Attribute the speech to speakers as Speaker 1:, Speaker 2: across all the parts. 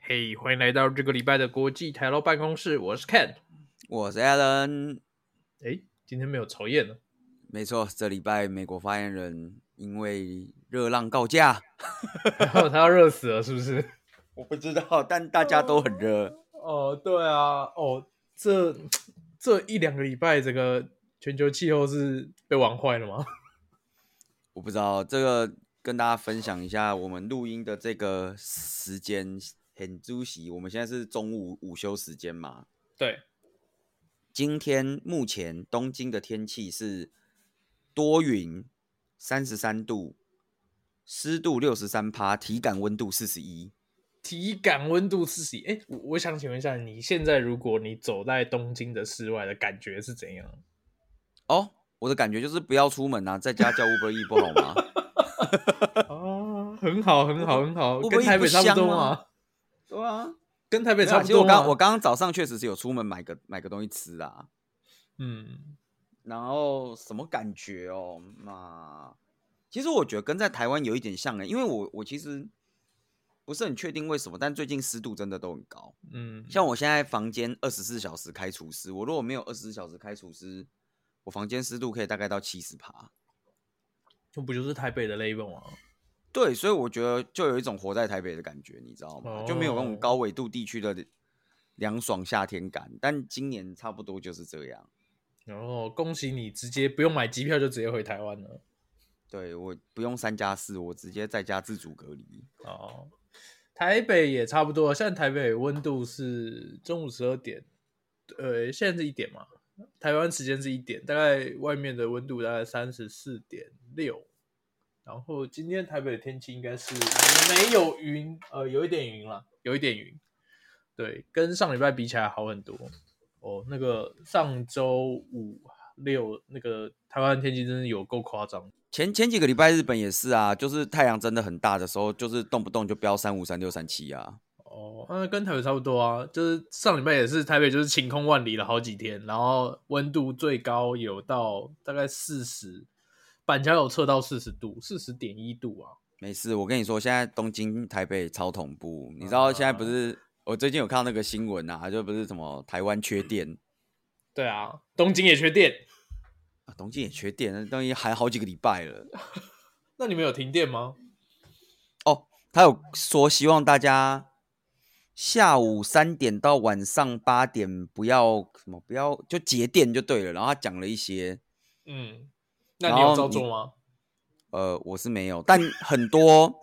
Speaker 1: 嘿，欢迎来到这个礼拜的国际台劳办公室，我是 Ken。
Speaker 2: 我是 Alan。
Speaker 1: 哎，今天没有曹燕呢，
Speaker 2: 没错，这礼拜美国发言人因为热浪告假，
Speaker 1: 然后 他要热死了，是不是？
Speaker 2: 我不知道，但大家都很热。
Speaker 1: 哦，对啊，哦，这这一两个礼拜，这个全球气候是被玩坏了吗？
Speaker 2: 我不知道这个，跟大家分享一下我们录音的这个时间很主席，我们现在是中午午休时间嘛。
Speaker 1: 对，
Speaker 2: 今天目前东京的天气是多云，三十三度，湿度六十三趴，体感温度四十一。
Speaker 1: 体感温度四十。哎，我我想请问一下，你现在如果你走在东京的室外的感觉是怎样？
Speaker 2: 哦，我的感觉就是不要出门啊，在家叫 Uber E 不好吗？
Speaker 1: 啊，很好，很好，很好，
Speaker 2: 会不
Speaker 1: 哦跟
Speaker 2: 会
Speaker 1: 台北
Speaker 2: 不
Speaker 1: 差不
Speaker 2: 香
Speaker 1: 多
Speaker 2: 啊
Speaker 1: 嘛，
Speaker 2: 对啊，
Speaker 1: 跟台
Speaker 2: 没
Speaker 1: 北
Speaker 2: 有
Speaker 1: 差
Speaker 2: 啊
Speaker 1: 不
Speaker 2: 其实我
Speaker 1: 多
Speaker 2: 刚我
Speaker 1: 嘛。
Speaker 2: 刚刚早上确实是有出门买个买个东西吃啊，
Speaker 1: 嗯，
Speaker 2: 然后什么感觉哦？那其实我觉得跟在台湾有一点像欸诶、因为我我其实不是很确定为什么，但最近湿度真的都很高。
Speaker 1: 嗯，
Speaker 2: 像我现在房间二十四小时开除湿，我如果没有二十四小时开除湿，我房间湿度可以大概到七十帕。
Speaker 1: 这不就是台北的 label 吗？
Speaker 2: 对，所以我觉得就有一种活在台北的感觉，你知道吗？就没有那
Speaker 1: 哦
Speaker 2: 种高纬度地区的凉爽夏天感，但今年差不多就是这样。
Speaker 1: 然后恭喜你，直接不用买机票就直接回台湾了。
Speaker 2: 对我不用三加四，我直接在家自主隔离。
Speaker 1: 哦，台北也差不多，现在台北温度是中午十二点，呃，现在是一点嘛，台湾时间是一点，大概外面的温度大概三十四点六。然后今天台北的天气应该是没有云，呃，有一点云了，有一点云。对，跟上礼拜比起来好很多。哦，那个上周五六那个台湾天气真是有够夸张。
Speaker 2: 前前几个礼拜日本也是啊，就是太阳真的很大的时候，就是动不动就飙三五、三六、三七啊。
Speaker 1: 哦，那跟台北差不多啊，就是上礼拜也是台北就是晴空万里了好几天，然后温度最高有到大概四十，板桥有测到四十度，四十点一度啊。
Speaker 2: 没事，我跟你说，现在东京、台北超同步。你知道现在不是、我最近有看到那个新闻啊，就不是什么台湾缺电
Speaker 1: 对啊，东京也缺电，
Speaker 2: 啊，东京也缺电，东京还好几个礼拜了。
Speaker 1: 那你们有停电吗？
Speaker 2: 哦，他有说希望大家下午三点到晚上八点不要什么，不要就节电就对了。然后他讲了一些，
Speaker 1: 嗯，那你有照做吗？
Speaker 2: 呃，我是没有，但很多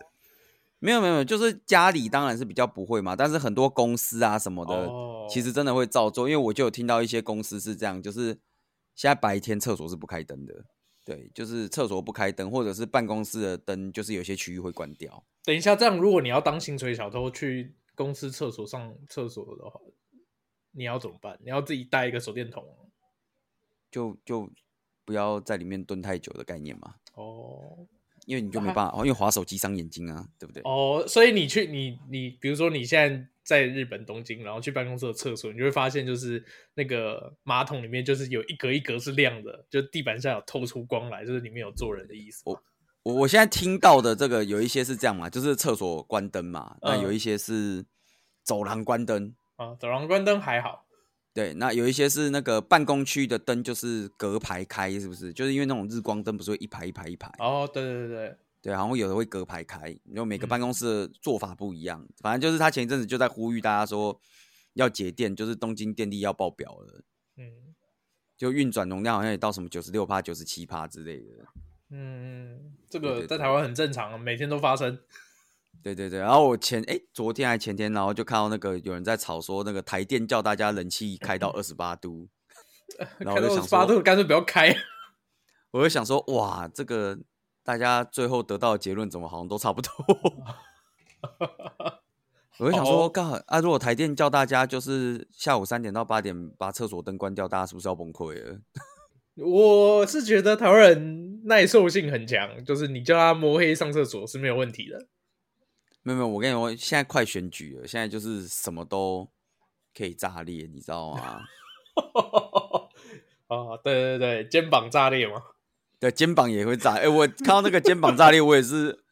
Speaker 2: 没有没有，没有，就是家里当然是比较不会嘛，但是很多公司啊什么的，
Speaker 1: 哦
Speaker 2: 其实真的会照做，因为我就有听到一些公司是这样，就是现在白天厕所是不开灯的，对，就是厕所不开灯，或者是办公室的灯，就是有些区域会关掉。
Speaker 1: 等一下，这样如果你要当薪水小偷去公司厕所上厕所的话，你要怎么办？你要自己带一个手电筒啊
Speaker 2: 就就不要在里面蹲太久的概念嘛，
Speaker 1: 哦。
Speaker 2: 因为 你就没办法，因为划手机伤眼睛啊，对不对？
Speaker 1: 哦，所以你去你你，比如说你现在在日本东京，然后去办公室的厕所，你就会发现就是那个马桶里面就是有一格一格是亮的，就地板下有透出光来，就是里面有坐人的意思嘛。
Speaker 2: 我我现在听到的这个有一些是这样嘛，就是厕所关灯嘛，那
Speaker 1: 嗯
Speaker 2: 有一些是走廊关灯，
Speaker 1: 啊，走廊关灯还好，
Speaker 2: 对，那有一些是那个办公区的灯就是隔排开，是不是？就是因为那种日光灯不是会一排一排一排，
Speaker 1: 哦，对对对对，
Speaker 2: 对，然后有的会隔排开，然后每个
Speaker 1: 嗯
Speaker 2: 办公室的做法不一样，反正就是他前一阵子就在呼吁大家说要节电，就是东京电力要爆表了。
Speaker 1: 嗯
Speaker 2: 就运转容量好像也到什么九十六趴、九十七趴之类的。
Speaker 1: 嗯，这
Speaker 2: 对
Speaker 1: 个
Speaker 2: 对
Speaker 1: 在
Speaker 2: 对
Speaker 1: 台湾很正常啊，每天都发生。
Speaker 2: 对对对，然后我前哎、昨天还前天，然后就看到那个有人在吵说那个台电叫大家冷气开到二十八 度，然
Speaker 1: 开
Speaker 2: 后我就
Speaker 1: 到
Speaker 2: 想
Speaker 1: 八
Speaker 2: 说，
Speaker 1: 度，干脆不要开。
Speaker 2: 我就想说，哇，这个大家最后得到的结论怎么好像都差不多？ 我就想
Speaker 1: 好
Speaker 2: 说，
Speaker 1: 哦
Speaker 2: 干、啊，如果台电叫大家就是下午三点到八点把厕所灯关掉，大家是不是要崩溃了？
Speaker 1: 我是觉得台湾人耐受性很强，就是你叫他摸黑上厕所是没有问题的。
Speaker 2: 没有没有，我跟你说，现在快选举了，现在就是什么都可以炸裂，你知道吗？
Speaker 1: 啊，对对对，肩膀炸裂嘛。
Speaker 2: 对，肩膀也会炸。哎、我看到那个肩膀炸裂，我也是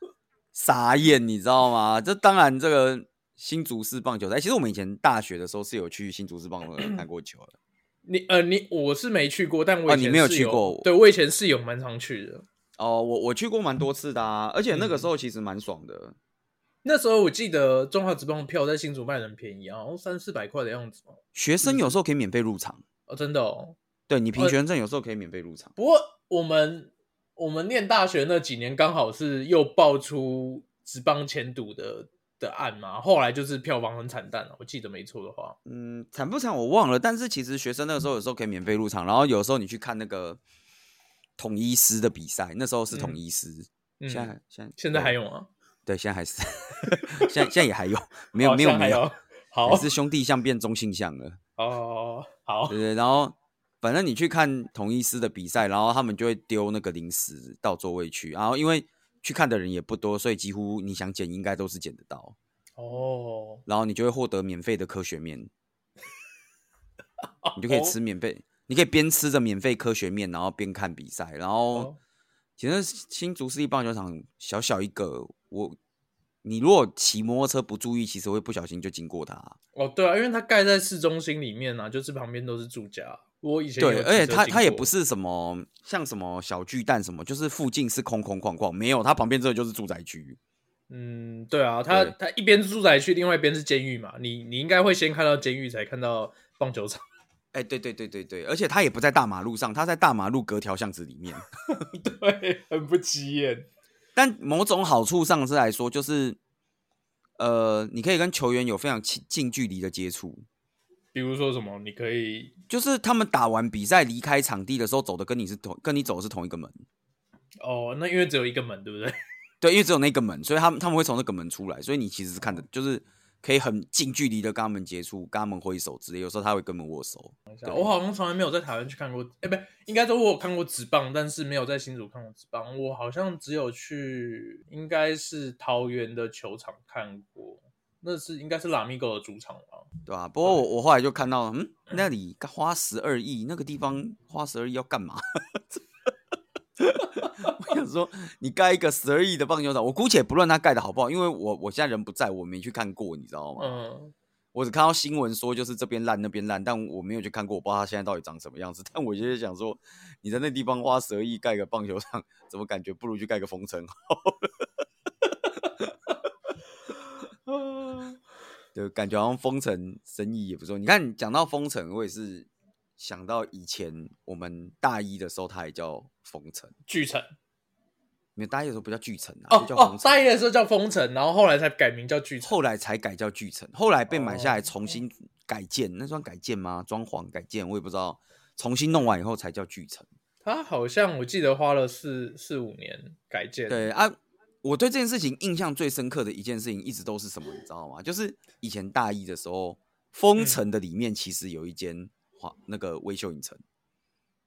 Speaker 2: 傻眼，你知道吗？这当然，这个新竹市棒球赛，其实我们以前大学的时候是有去新竹市棒球赛看过球的。
Speaker 1: 你呃，你我是没去过，但我
Speaker 2: 哦
Speaker 1: 以前
Speaker 2: 你没有
Speaker 1: 是
Speaker 2: 去过
Speaker 1: 对我以前是有蛮常去的。
Speaker 2: 哦，我我去过蛮多次的啊，而且那个时候其实蛮爽的。
Speaker 1: 那时候我记得中华职棒的票在新竹卖得很便宜啊，好像三四百块的样子哦。
Speaker 2: 学生有时候可以免费入场，
Speaker 1: 哦，真的哦。
Speaker 2: 对你凭学生证有时候可以免费入场。
Speaker 1: 不过我们我们念大学那几年刚好是又爆出职棒前赌的的案嘛，后来就是票房很惨淡了、我记得没错的话。
Speaker 2: 嗯，惨不惨我忘了，但是其实学生那个时候有时候可以免费入场，然后有时候你去看那个统一师的比赛，那时候是统
Speaker 1: 嗯
Speaker 2: 一师，
Speaker 1: 嗯，
Speaker 2: 现在现在
Speaker 1: 现在还
Speaker 2: 对
Speaker 1: 有吗？
Speaker 2: 对，现在还是， 现在现在也还有，没有、
Speaker 1: 哦
Speaker 2: 没
Speaker 1: 现在
Speaker 2: 有
Speaker 1: 还
Speaker 2: 没有，
Speaker 1: 有。好
Speaker 2: 也是兄弟相变中性相了，
Speaker 1: 哦，好
Speaker 2: 对，对。然后反正你去看统一师的比赛，然后他们就会丢那个零食到座位去，然后因为去看的人也不多，所以几乎你想捡应该都是捡得到，
Speaker 1: 哦，
Speaker 2: 然后你就会获得免费的科学 面，你就可以吃免费，你可以边吃着免费科学面，然后边看比赛，然后
Speaker 1: 哦。
Speaker 2: 其实新竹市立棒球场小小一个，我你如果骑摩托车不注意，其实会不小心就经过它。
Speaker 1: 哦，对啊，因为它盖在市中心里面啊，就是旁边都是住家。我以前有
Speaker 2: 对，而且
Speaker 1: 骑车
Speaker 2: 它
Speaker 1: 经
Speaker 2: 它也
Speaker 1: 过
Speaker 2: 不是什么像什么小巨蛋什么，就是附近是空空旷旷，没有，它旁边这就是住宅区。
Speaker 1: 嗯，对啊，它
Speaker 2: 对
Speaker 1: 它一边是住宅区，另外一边是监狱嘛。你你应该会先看到监狱，才看到棒球场。
Speaker 2: 哎、对对对对对，而且它也不在大马路上，它在大马路隔条巷子里面。
Speaker 1: 对，很不起眼。
Speaker 2: 但某种好处上是来说，就是呃，你可以跟球员有非常近近距离的接触，
Speaker 1: 比如说什么，你可以
Speaker 2: 就是他们打完比赛离开场地的时候，走的跟你是同，跟你走的是同一个门。
Speaker 1: 哦，那因为只有一个门，对不对？
Speaker 2: 对，因为只有那个门，所以他们他们会从那个门出来，所以你其实是看的，就是可以很近距离的跟他们接触，跟他们挥手之类，有时候他会跟我们握手。对
Speaker 1: 我好像从来没有在台湾去看过，哎、不，应该说我有看过职棒，但是没有在新竹看过职棒。我好像只有去，应该是桃园的球场看过，那是应该是拉米狗的主场吧？
Speaker 2: 对吧、不过我我后来就看到，嗯，那里花十二亿，那个地方花十二亿要干嘛？ 我想说，你盖一个十二亿的棒球场，我姑且不论它盖的好不好，因为我我现在人不在，我没去看过，你知道吗？
Speaker 1: 嗯，
Speaker 2: 我只看到新闻说就是这边烂那边烂，但我没有去看过，我不知道它现在到底长什么样子。 但我就是想说，你在那地方花十二亿盖个棒球场，怎么感觉不如去盖个封城？对，感觉好像封城生意也不错。你看，讲到封城，我也是想到以前我们大一的时候，它也叫封城。
Speaker 1: 巨城
Speaker 2: 你们大一的时候不叫巨城啊，
Speaker 1: 哦
Speaker 2: 就叫
Speaker 1: 哦
Speaker 2: 封，城。
Speaker 1: 大一的时候叫封城，然后后来才改名叫巨城。
Speaker 2: 后来才改叫巨城，后来被买下来
Speaker 1: 哦
Speaker 2: 重新改建，那算改建吗？装潢改建，我也不知道。重新弄完以后才叫巨城。
Speaker 1: 他好像我记得花了四四五年改建。
Speaker 2: 对啊，我对这件事情印象最深刻的一件事情，一直都是什么，你知道吗？就是以前大一的时候，封
Speaker 1: 嗯
Speaker 2: 城的里面其实有一间华那个微秀影城，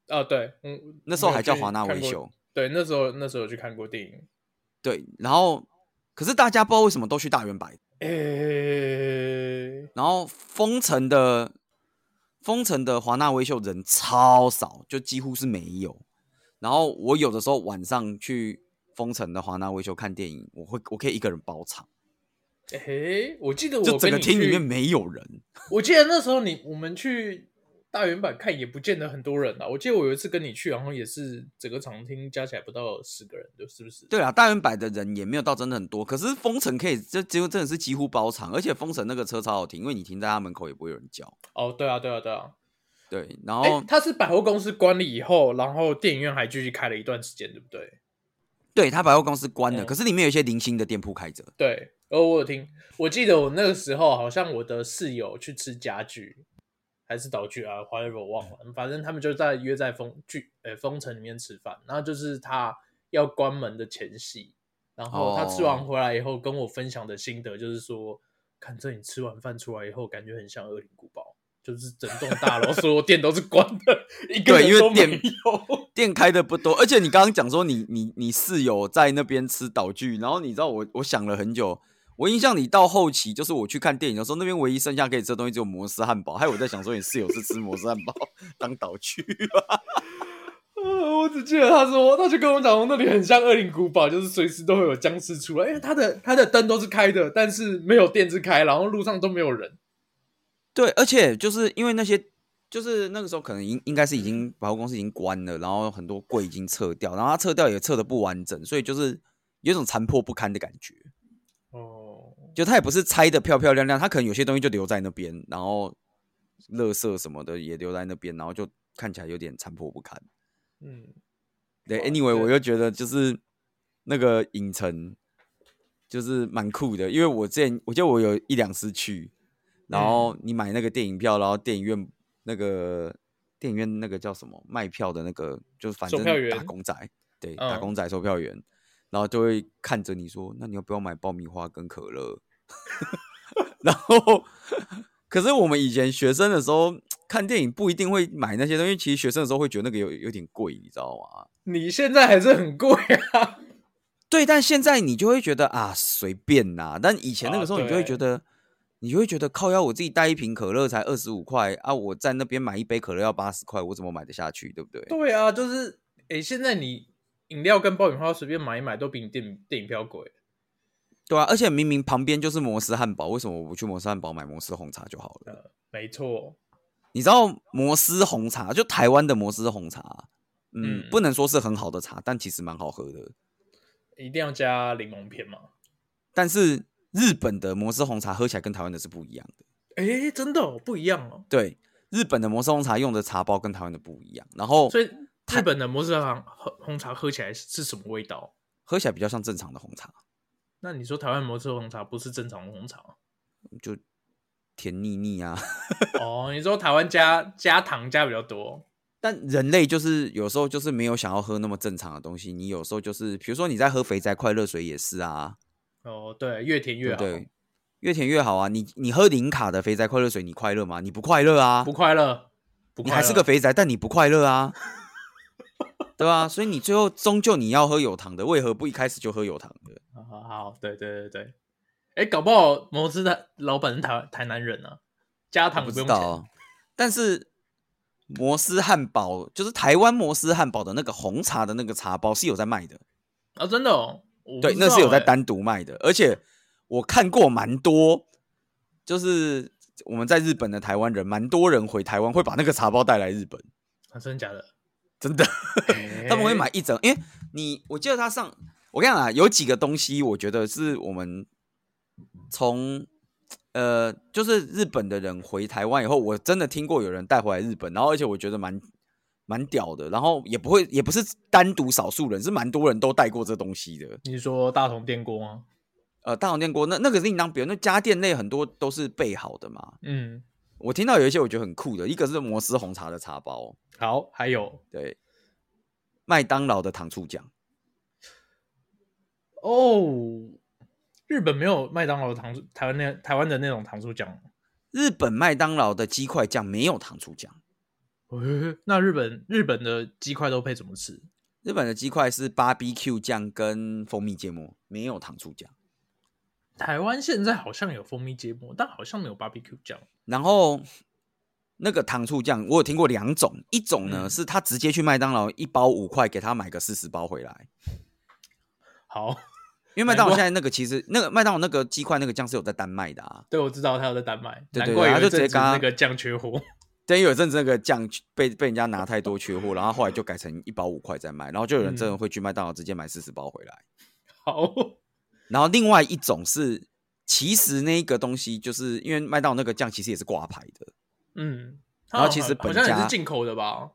Speaker 1: 啊，对，嗯，
Speaker 2: 那时候
Speaker 1: 我有
Speaker 2: 还叫
Speaker 1: 去
Speaker 2: 华纳
Speaker 1: 看
Speaker 2: 微
Speaker 1: 过
Speaker 2: 秀。
Speaker 1: 对，那时候那时候有去看过电影。
Speaker 2: 对，然后可是大家不知道为什么都去大圆百，
Speaker 1: 诶、
Speaker 2: 然后封城的封城的华纳微秀人超少，就几乎是没有。然后我有的时候晚上去封城的华纳微秀看电影，我会我可以一个人包场，
Speaker 1: 诶、我记得我
Speaker 2: 就
Speaker 1: 跟
Speaker 2: 整个
Speaker 1: 你
Speaker 2: 厅里
Speaker 1: 去
Speaker 2: 面没有人。
Speaker 1: 我记得那时候你我们去大圆板看也不见得很多人啊。我记得我有一次跟你去，然后也是整个场厅加起来不到十个人，就是不是？
Speaker 2: 对啊，大圆百的人也没有到真的很多，可是封城可以就几乎真的是几乎包场，而且封城那个车超好停，因为你停在他门口也不会有人叫。
Speaker 1: 哦，对啊，对啊，对啊。
Speaker 2: 对，然
Speaker 1: 哎、
Speaker 2: 后
Speaker 1: 它是百货公司关了以后，然后电影院还继续开了一段时间，对不对？
Speaker 2: 对他百货公司关了，
Speaker 1: 嗯
Speaker 2: 可是里面有一些零星的店铺开着。
Speaker 1: 对，哦，我有听，我记得我那个时候好像我的室友去吃家具，还是岛具啊，whatever 我忘了，反正他们就在约在封剧呃封城里面吃饭，然后就是他要关门的前夕，然后他吃完
Speaker 2: 哦
Speaker 1: 回来以后跟我分享的心得就是说，看这你吃完饭出来以后，感觉很像恶灵古堡。就是整栋大楼 所有店都是关的，一个
Speaker 2: 对因
Speaker 1: 人
Speaker 2: 为
Speaker 1: 都没
Speaker 2: 店
Speaker 1: 有。
Speaker 2: 店开的不多，而且你刚刚讲说你你你室友在那边吃岛剧，然后你知道我我想了很久，我印象你到后期就是我去看电影的时候，那边唯一剩下可以吃的东西只 有摩斯汉堡，还有我在想说你室友是吃摩斯汉堡当岛剧吧？
Speaker 1: 呃，我只记得他说，他就跟我讲说那里很像恶灵古堡，就是随时都会有僵尸出来，因为他的他的灯都是开的，但是没有电是开，然后路上都没有人。
Speaker 2: 对，而且就是因为那些，就是那个时候可能应应该是已经百货公司已经关了，然后很多柜已经撤掉，然后它撤掉也撤的不完整，所以就是有一种残破不堪的感觉。
Speaker 1: 哦，
Speaker 2: 就它也不是拆的漂漂亮亮，它可能有些东西就留在那边，然后垃圾什么的也留在那边，然后就看起来有点残破不堪。
Speaker 1: 嗯，
Speaker 2: 对
Speaker 1: 哇
Speaker 2: ，anyway，
Speaker 1: 对
Speaker 2: 我又觉得就是那个影城就是蛮酷的，因为我之前我记得我有一两次去，
Speaker 1: 嗯
Speaker 2: 然后你买那个电影票，然后电影院那个电影院那个叫什么卖票的那个，就是反
Speaker 1: 售
Speaker 2: 正
Speaker 1: 票
Speaker 2: 打
Speaker 1: 员
Speaker 2: 工仔，对，打
Speaker 1: 嗯
Speaker 2: 工仔售票员，然后就会看着你说，那你要不要买爆米花跟可乐？ 然后，可是我们以前学生的时候看电影不一定会买那些东西，其实学生的时候会觉得那个有有点贵，你知道吗？
Speaker 1: 你现在还是很贵啊。
Speaker 2: 对，但现在你就会觉得啊，随便啦、但以前那
Speaker 1: 啊
Speaker 2: 个时候，你就会
Speaker 1: 对
Speaker 2: 觉得，你就会觉得靠腰，我自己带一瓶可乐才二十五块啊，我在那边买一杯可乐要八十块，我怎么买得下去，对不对？
Speaker 1: 对啊，就是诶、现在你饮料跟爆米花随便买一买都比你电电影票贵。
Speaker 2: 对啊，而且明明旁边就是摩斯汉堡，为什么我不去摩斯汉堡买摩斯红茶就好了？
Speaker 1: 没错，
Speaker 2: 你知道摩斯红茶就台湾的摩斯红茶，嗯，
Speaker 1: 嗯
Speaker 2: 不能说是很好的茶，但其实蛮好喝的。
Speaker 1: 一定要加柠檬片嘛。
Speaker 2: 但是日本的摩斯红茶喝起来跟台湾的是不一样的。
Speaker 1: 诶、真的、哦、不一样哦。
Speaker 2: 对，日本的摩斯红茶用的茶包跟台湾的不一样，然后
Speaker 1: 所以日本的摩斯行喝红茶喝起来是什么味道？
Speaker 2: 喝起来比较像正常的红茶，
Speaker 1: 那你说台湾摩斯红茶不是正常的红茶吗？
Speaker 2: 就甜腻腻啊。
Speaker 1: 哦，你说台湾加加糖加比较多，
Speaker 2: 但人类就是有时候就是没有想要喝那么正常的东西，你有时候就是，比如说你在喝肥宅快乐水也是啊，
Speaker 1: 哦，对，越甜越
Speaker 2: 对
Speaker 1: 好，
Speaker 2: 不对？越甜越好啊！你你喝零卡的肥宅快乐水，你快乐吗？你不快乐啊！
Speaker 1: 不快乐，不
Speaker 2: 你
Speaker 1: 快乐，
Speaker 2: 还是个肥宅，但你不快乐 啊，对吧、所以你最后终究你要喝有糖的，为何不一开始就喝有糖的？
Speaker 1: 好好好，对对对对，哎，搞不好摩斯的老板是台台南人啊，加
Speaker 2: 我
Speaker 1: 糖
Speaker 2: 不
Speaker 1: 不
Speaker 2: 知
Speaker 1: 用
Speaker 2: 道
Speaker 1: 钱，
Speaker 2: 哦，但是摩斯汉堡就是台湾摩斯汉堡的那个红茶的那个茶包是有在卖的，
Speaker 1: 啊，真的哦，我不
Speaker 2: 对，
Speaker 1: 知
Speaker 2: 那是有
Speaker 1: 道
Speaker 2: 在
Speaker 1: 欸，
Speaker 2: 单独卖的，而且我看过蛮多，就是我们在日本的台湾人，蛮多人回台湾会把那个茶包带来日本，
Speaker 1: 啊真的假的？哎
Speaker 2: 真 的， 他们会
Speaker 1: 诶
Speaker 2: 买一整，因为你我记得他上，我跟你讲啊，有几个东西我觉得是我们从。呃，就是日本的人回台湾以后，我真的听过有人带回来日本，然后而且我觉得蛮蛮屌的，然后也不会也不是单独少数人，是蛮多人都带过这东西的。
Speaker 1: 你说大同电锅吗？
Speaker 2: 呃，大同电锅那那个是另当别论，那家电类很多都是备好的嘛。
Speaker 1: 嗯，
Speaker 2: 我听到有一些我觉得很酷的，一个是摩斯红茶的茶包，
Speaker 1: 好，还有
Speaker 2: 对，麦当劳的糖醋酱，
Speaker 1: 哦，日本没有麦当劳的糖醋，台湾那台湾的那种糖醋酱，
Speaker 2: 日本麦当劳的鸡块酱没有糖醋酱，
Speaker 1: 诶那日本日本的鸡块都配怎么吃？
Speaker 2: 日本的鸡块是 BBQ 酱跟蜂蜜芥末，没有糖醋酱。
Speaker 1: 台湾现在好像有蜂蜜芥末，但好像没有 BBQ 酱。
Speaker 2: 然后那个糖醋酱，我有听过两种，一种呢、
Speaker 1: 嗯
Speaker 2: 是他直接去麦当劳一包五块，给他买个四十包回来，
Speaker 1: 好，
Speaker 2: 因为麦当
Speaker 1: 难
Speaker 2: 劳
Speaker 1: 怪
Speaker 2: 现在那个其实那个麦当劳那个鸡块那个酱是有在单卖的啊。
Speaker 1: 对，我知道他有在丹麦，
Speaker 2: 对对
Speaker 1: 难怪
Speaker 2: 他
Speaker 1: 有
Speaker 2: 就
Speaker 1: 一
Speaker 2: 直接
Speaker 1: 阵子
Speaker 2: 跟他
Speaker 1: 那个酱缺货。
Speaker 2: 但有一阵子那个酱被被人家拿太多缺货，然后后来就改成一包五块再卖，然后就有人真
Speaker 1: 嗯
Speaker 2: 的会去麦当劳直接买四十包回来。
Speaker 1: 好，
Speaker 2: 然后另外一种是，其实那个东西就是因为麦当劳那个酱其实也是挂牌的，
Speaker 1: 嗯，
Speaker 2: 然后其实
Speaker 1: 它好
Speaker 2: 本
Speaker 1: 像好像也是
Speaker 2: 家
Speaker 1: 进口的吧？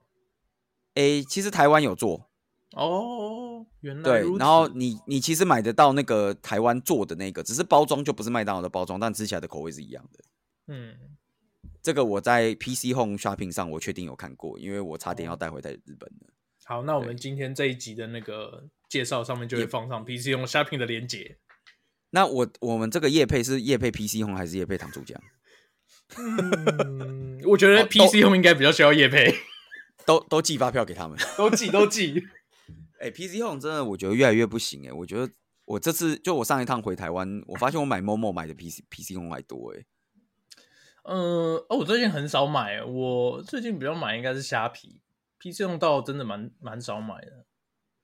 Speaker 2: 诶，其实台湾有做，
Speaker 1: 哦，原来
Speaker 2: 对
Speaker 1: 如，此。
Speaker 2: 然后你你其实买得到那个台湾做的那个，只是包装就不是麦当劳的包装，但吃起来的口味是一样的。
Speaker 1: 嗯，
Speaker 2: 这个我在 PC Home Shopping 上我确定有看过，因为我差点要
Speaker 1: 哦
Speaker 2: 带回在日本了。
Speaker 1: 好，那我们今天这一集的那个介绍上面就会放上 PC 用 Shopping 的连接。
Speaker 2: 那我我们这个叶配是叶配 PC Home 还是叶配糖醋酱？
Speaker 1: 嗯，我觉得
Speaker 2: 哦
Speaker 1: PC 用应该比较需要夜配，
Speaker 2: 都都寄发票给他们。
Speaker 1: 都记都 记。
Speaker 2: 哎、p c Home 真的我觉得越来越不行哎、我觉得我这次就我上一趟回台湾，我发现我买 Momo 买的 PC PC Home 还多哎、呃
Speaker 1: 嗯，哦，我最近很少买，我最近比较买应该是虾皮 PC 用到真的蛮蛮少买的。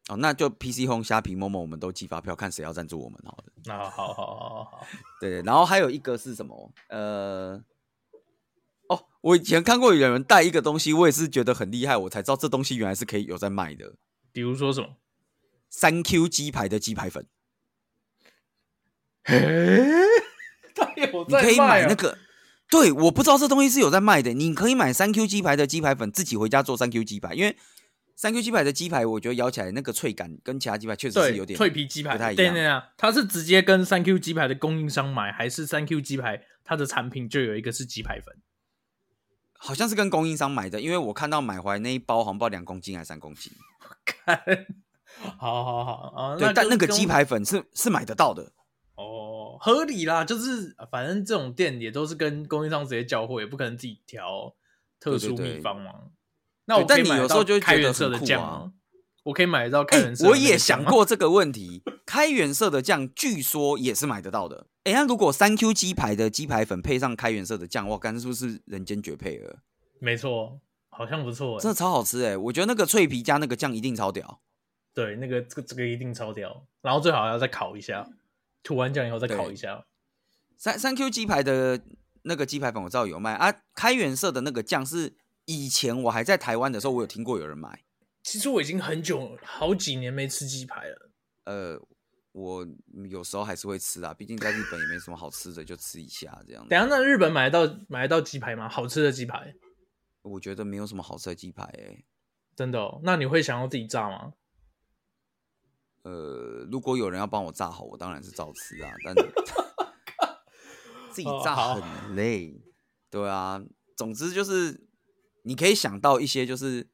Speaker 2: 哦，那就 PC Home、虾皮、某某，我们都寄发票，看谁要赞助我们好了。
Speaker 1: 那、啊好好好好好，
Speaker 2: 对，然后还有一个是什么？呃，哦，我以前看过有人带一个东西，我也是觉得很厉害，我才知道这东西原来是可以有在卖的。
Speaker 1: 比如说什么？
Speaker 2: 三 Q 鸡排的鸡排粉，
Speaker 1: 他有
Speaker 2: 你可
Speaker 1: 在
Speaker 2: 以买
Speaker 1: 卖、
Speaker 2: 那
Speaker 1: 啊，
Speaker 2: 个。对，我不知道这东西是有在卖的。你可以买三 Q 鸡排的鸡排粉，自己回家做三 Q 鸡排，因为三 Q 鸡排的鸡排，我觉得咬起来那个脆感跟其他鸡排确实是有
Speaker 1: 对，
Speaker 2: 点
Speaker 1: 脆皮鸡排。
Speaker 2: 不太一
Speaker 1: 对
Speaker 2: 样
Speaker 1: 对啊，他是直接跟三 Q 鸡排的供应商买，还是三 Q 鸡排它的产品就有一个是鸡排 粉？
Speaker 2: 好像是跟供应商买的，因为我看到买回来那一包红包两公斤还是三公斤，
Speaker 1: 看，好好好啊，
Speaker 2: 对，但
Speaker 1: 就
Speaker 2: 那个
Speaker 1: 跟
Speaker 2: 鸡排粉是是买得到的，
Speaker 1: 哦，合理啦，就是啊反正这种店也都是跟供应商直接交货，也不可能自己调特殊
Speaker 2: 对对
Speaker 1: 秘
Speaker 2: 对
Speaker 1: 方嘛。那我
Speaker 2: 对但
Speaker 1: 可以
Speaker 2: 你
Speaker 1: 买
Speaker 2: 有
Speaker 1: 得
Speaker 2: 时
Speaker 1: 到
Speaker 2: 候就会觉
Speaker 1: 开
Speaker 2: 得
Speaker 1: 源
Speaker 2: 很
Speaker 1: 色的
Speaker 2: 酷
Speaker 1: 酱
Speaker 2: 啊
Speaker 1: 吗？我可以啊买得到开
Speaker 2: 哎、
Speaker 1: 源色的那
Speaker 2: 我
Speaker 1: 个酱吗、
Speaker 2: 也想过这个问题，开源色的酱据说也是买得到的。哎、那如果三 Q 鸡排的鸡排粉配上开源色的酱，哇，干是不是人间绝配了？
Speaker 1: 没错，好像不错
Speaker 2: 真
Speaker 1: 哎。
Speaker 2: 的超好吃哎、我觉得那个脆皮加那个酱一定超屌。
Speaker 1: 对，那个这个这个一定超屌，然后最好要再烤一下，涂完酱以后再烤
Speaker 2: 对
Speaker 1: 一下。
Speaker 2: 三三 Q 鸡排的那个鸡排粉我知道有卖啊，开源色的那个酱是以前我还在台湾的时候，我有听过有人买。
Speaker 1: 其实我已经很久好几年没吃鸡排了，
Speaker 2: 呃，我有时候还是会吃啊，毕竟在日本也没什么好吃的，就吃一下这样子
Speaker 1: 等一下那日本买得到买得到鸡排吗？好吃的鸡排，
Speaker 2: 我觉得没有什么好吃的鸡排哎、
Speaker 1: 真的、哦？那你会想要自己炸吗？
Speaker 2: 呃，如果有人要帮我炸好，我当然是照吃啊， 但自己
Speaker 1: 哦
Speaker 2: 炸
Speaker 1: 好
Speaker 2: 很累。对啊，总之就是你可以想到一些就是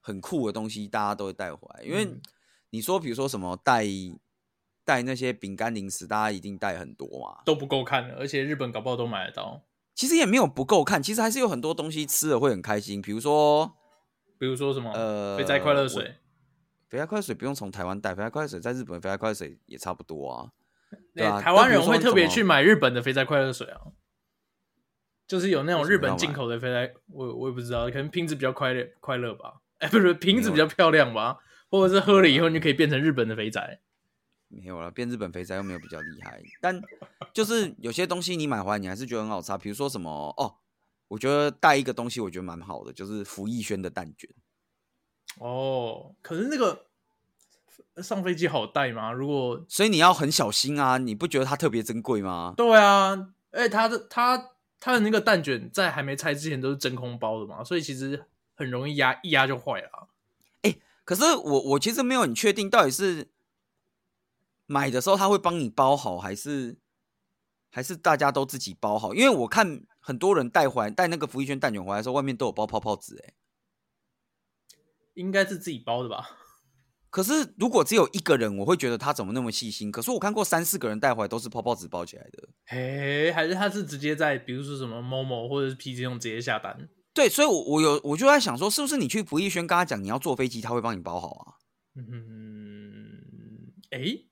Speaker 2: 很酷的东西，大家都会带回来。因为
Speaker 1: 嗯
Speaker 2: 你说，比如说什么带带那些饼干零食，大家一定带很多嘛。
Speaker 1: 都不够看了，而且日本搞不好都买得到。
Speaker 2: 其实也没有不够看，其实还是有很多东西吃了会很开心。比如说，
Speaker 1: 比如说什么
Speaker 2: 呃
Speaker 1: 肥宅快乐水，
Speaker 2: 肥宅快水不用从台湾带，肥宅快水在日本肥宅快水也差不多啊。对
Speaker 1: 欸
Speaker 2: 啊
Speaker 1: 台湾
Speaker 2: 但比如
Speaker 1: 人
Speaker 2: 说
Speaker 1: 会特别
Speaker 2: 什么
Speaker 1: 去买日本的肥宅快乐水啊，就是有那种
Speaker 2: 为什么
Speaker 1: 日
Speaker 2: 要
Speaker 1: 本
Speaker 2: 买
Speaker 1: 进口的肥宅，我我也不知道，可能瓶子比较快乐快乐吧，哎、不是瓶子比较漂亮吧，或者是喝了以后你就可以变
Speaker 2: 啊
Speaker 1: 成日本的肥宅。
Speaker 2: 没有了，变日本肥宅又没有比较厉害，但就是有些东西你买回来你还是觉得很好吃啊，比如说什么哦，我觉得带一个东西我觉得蛮好的，就是福艺轩的蛋卷，
Speaker 1: 哦，可是那个上飞机好带吗？如果
Speaker 2: 所以你要很小心啊，你不觉得它特别珍贵吗？
Speaker 1: 对啊，哎、它的它它的那个蛋卷在还没拆之前都是真空包的嘛，所以其实很容易压一压就坏了啊、
Speaker 2: 可是我我其实没有很确定到底是买的时候他会帮你包好，还是还是大家都自己包好，因为我看很多人带回来带那个福艺轩蛋卷回来的时候，外面都有包泡泡纸、欸，
Speaker 1: 应该是自己包的吧？
Speaker 2: 可是如果只有一个人，我会觉得他怎么那么细心。可是我看过三四个人带回来都是泡泡纸包起来的，
Speaker 1: 诶，还是他是直接在比如说什么某某或者是 PC 用直接下单？
Speaker 2: 对，所以我，我有我就在想说，是不是你去福艺轩跟他讲你要坐飞机，他会帮你包好啊？
Speaker 1: 嗯，诶，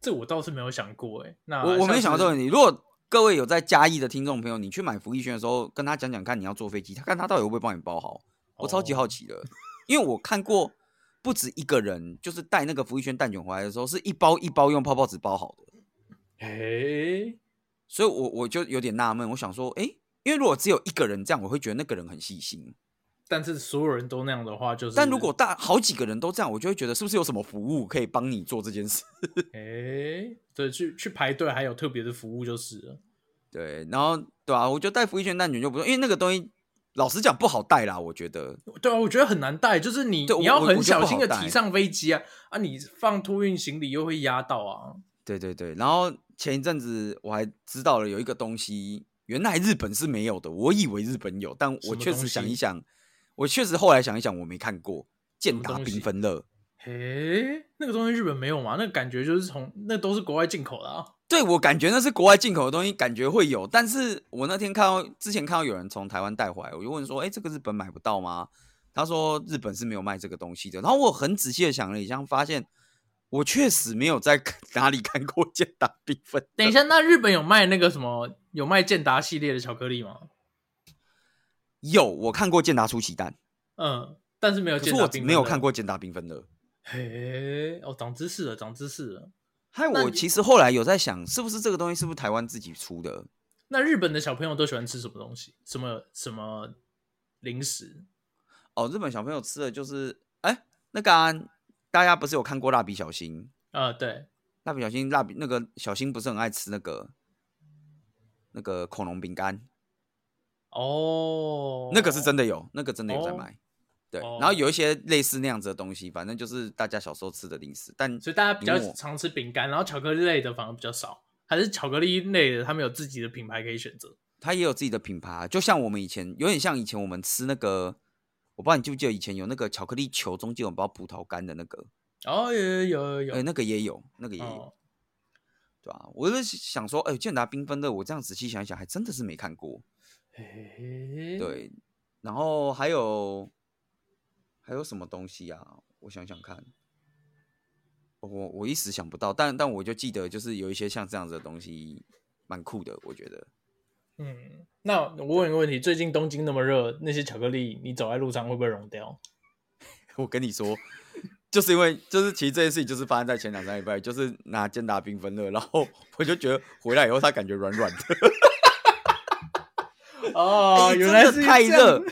Speaker 1: 这我倒是没有想过诶。那
Speaker 2: 啊我我没有
Speaker 1: 下
Speaker 2: 想
Speaker 1: 次
Speaker 2: 到这个问题。如果各位有在嘉义的听众朋友，你去买福艺轩的时候，跟他讲讲看你要坐飞机，他看他到底会不会帮你包好。我超级
Speaker 1: 哦
Speaker 2: 好奇的，因为我看过不止一个人，就是带那个福艺轩蛋卷回来的时候，是一包一包用泡泡纸包好的。
Speaker 1: 诶，
Speaker 2: 所以我我就有点纳闷，我想说，诶，因为如果只有一个人这样，我会觉得那个人很细心。
Speaker 1: 但是所有人都那样的话，就是
Speaker 2: 但如果大好几个人都这样，我就会觉得是不是有什么服务可以帮你做这件事？
Speaker 1: 诶，对，去去排队还有特别的服务就是了。
Speaker 2: 对，然后对啊，我觉得带福一圈蛋卷就不错，因为那个东西老实讲不好带啦，我觉得。
Speaker 1: 对啊，我觉得很难带，就是你
Speaker 2: 对
Speaker 1: 你
Speaker 2: 我
Speaker 1: 要
Speaker 2: 我
Speaker 1: 很
Speaker 2: 我觉
Speaker 1: 小
Speaker 2: 得不
Speaker 1: 心
Speaker 2: 好
Speaker 1: 的
Speaker 2: 带
Speaker 1: 提上飞机啊啊！你放托运行李又会压到啊。
Speaker 2: 对对对，然后前一阵子我还知道了有一个东西，原来日本是没有的，我以为日本有，但
Speaker 1: 什
Speaker 2: 我
Speaker 1: 么
Speaker 2: 确
Speaker 1: 东
Speaker 2: 实想
Speaker 1: 西
Speaker 2: 一想，我确实后来想一想，我没看过健
Speaker 1: 么
Speaker 2: 达
Speaker 1: 东西
Speaker 2: 缤纷乐。
Speaker 1: 诶，那个东西日本没有嘛？那个感觉就是从那都是国外进口的啊。
Speaker 2: 对我感觉那是国外进口的东西，感觉会有，但是我那天看到之前看到有人从台湾带回来，我就问说，哎，这个日本买不到吗？他说日本是没有卖这个东西的。然后我很仔细的想了一下，发现我确实没有在哪里看 过健达缤纷。
Speaker 1: 等一，下，那日本有卖那个什么有卖健达系列的巧克力吗？
Speaker 2: 有我看过健达出奇蛋，
Speaker 1: 嗯，但是没有
Speaker 2: 可是
Speaker 1: 剑打
Speaker 2: 我
Speaker 1: 缤纷
Speaker 2: 没有
Speaker 1: 的
Speaker 2: 看。过剑打缤纷的。
Speaker 1: 嘿，哦，长知识了，长知识了。
Speaker 2: 害
Speaker 1: 那
Speaker 2: 我
Speaker 1: 你
Speaker 2: 其实后来有在想，是不是这个东西是不是台湾自己出的？
Speaker 1: 那日本的小朋友都喜欢吃什么东西？什么什么零食？
Speaker 2: 哦，日本小朋友吃的就是，哎、那个、啊、大家不是有看过蜡笔小新？
Speaker 1: 啊、对，
Speaker 2: 蜡笔小新，蜡笔那个小新不是很爱吃那个那个恐龙饼干？
Speaker 1: 哦，
Speaker 2: 那个是真的有，那个真的有在
Speaker 1: 哦
Speaker 2: 卖。对，
Speaker 1: 哦
Speaker 2: 然后有一些类似那样子的东西，反正就是大家小时候吃的零食，但
Speaker 1: 所以大家比较
Speaker 2: 你问我
Speaker 1: 常吃饼干，然后巧克力类的反而比较少，还是巧克力类的，他们有自己的品牌可以选择。
Speaker 2: 它也有自己的品牌啊、就像我们以前有点像以前我们吃那个，我不知道你记不记得以前有那个巧克力球中间有包葡萄干的那个，
Speaker 1: 哦，有有有有
Speaker 2: 哎、
Speaker 1: 有，
Speaker 2: 那个也有，那个也有，
Speaker 1: 哦，
Speaker 2: 对吧、我就是想说，哎、健达缤纷的，我这样仔细想一想，还真的是没看过。
Speaker 1: 嘿，
Speaker 2: 对，然后还有还有什么东西啊？我想想看，我我一时想不到，但但我就记得，就是有一些像这样子的东西，蛮酷的，我觉得。
Speaker 1: 嗯，那我问一个问题：最近东京那么热，那些巧克力你走在路上会不会融 掉？
Speaker 2: 我跟你说，就是因为就是其实这件事情就是发生在前两三礼拜，就是拿健达缤纷乐，然后 我就觉得回来以后它感觉软软的，
Speaker 1: 哦，
Speaker 2: 哎
Speaker 1: 原
Speaker 2: 真
Speaker 1: 来
Speaker 2: 的
Speaker 1: 是
Speaker 2: 太
Speaker 1: 这样
Speaker 2: 热。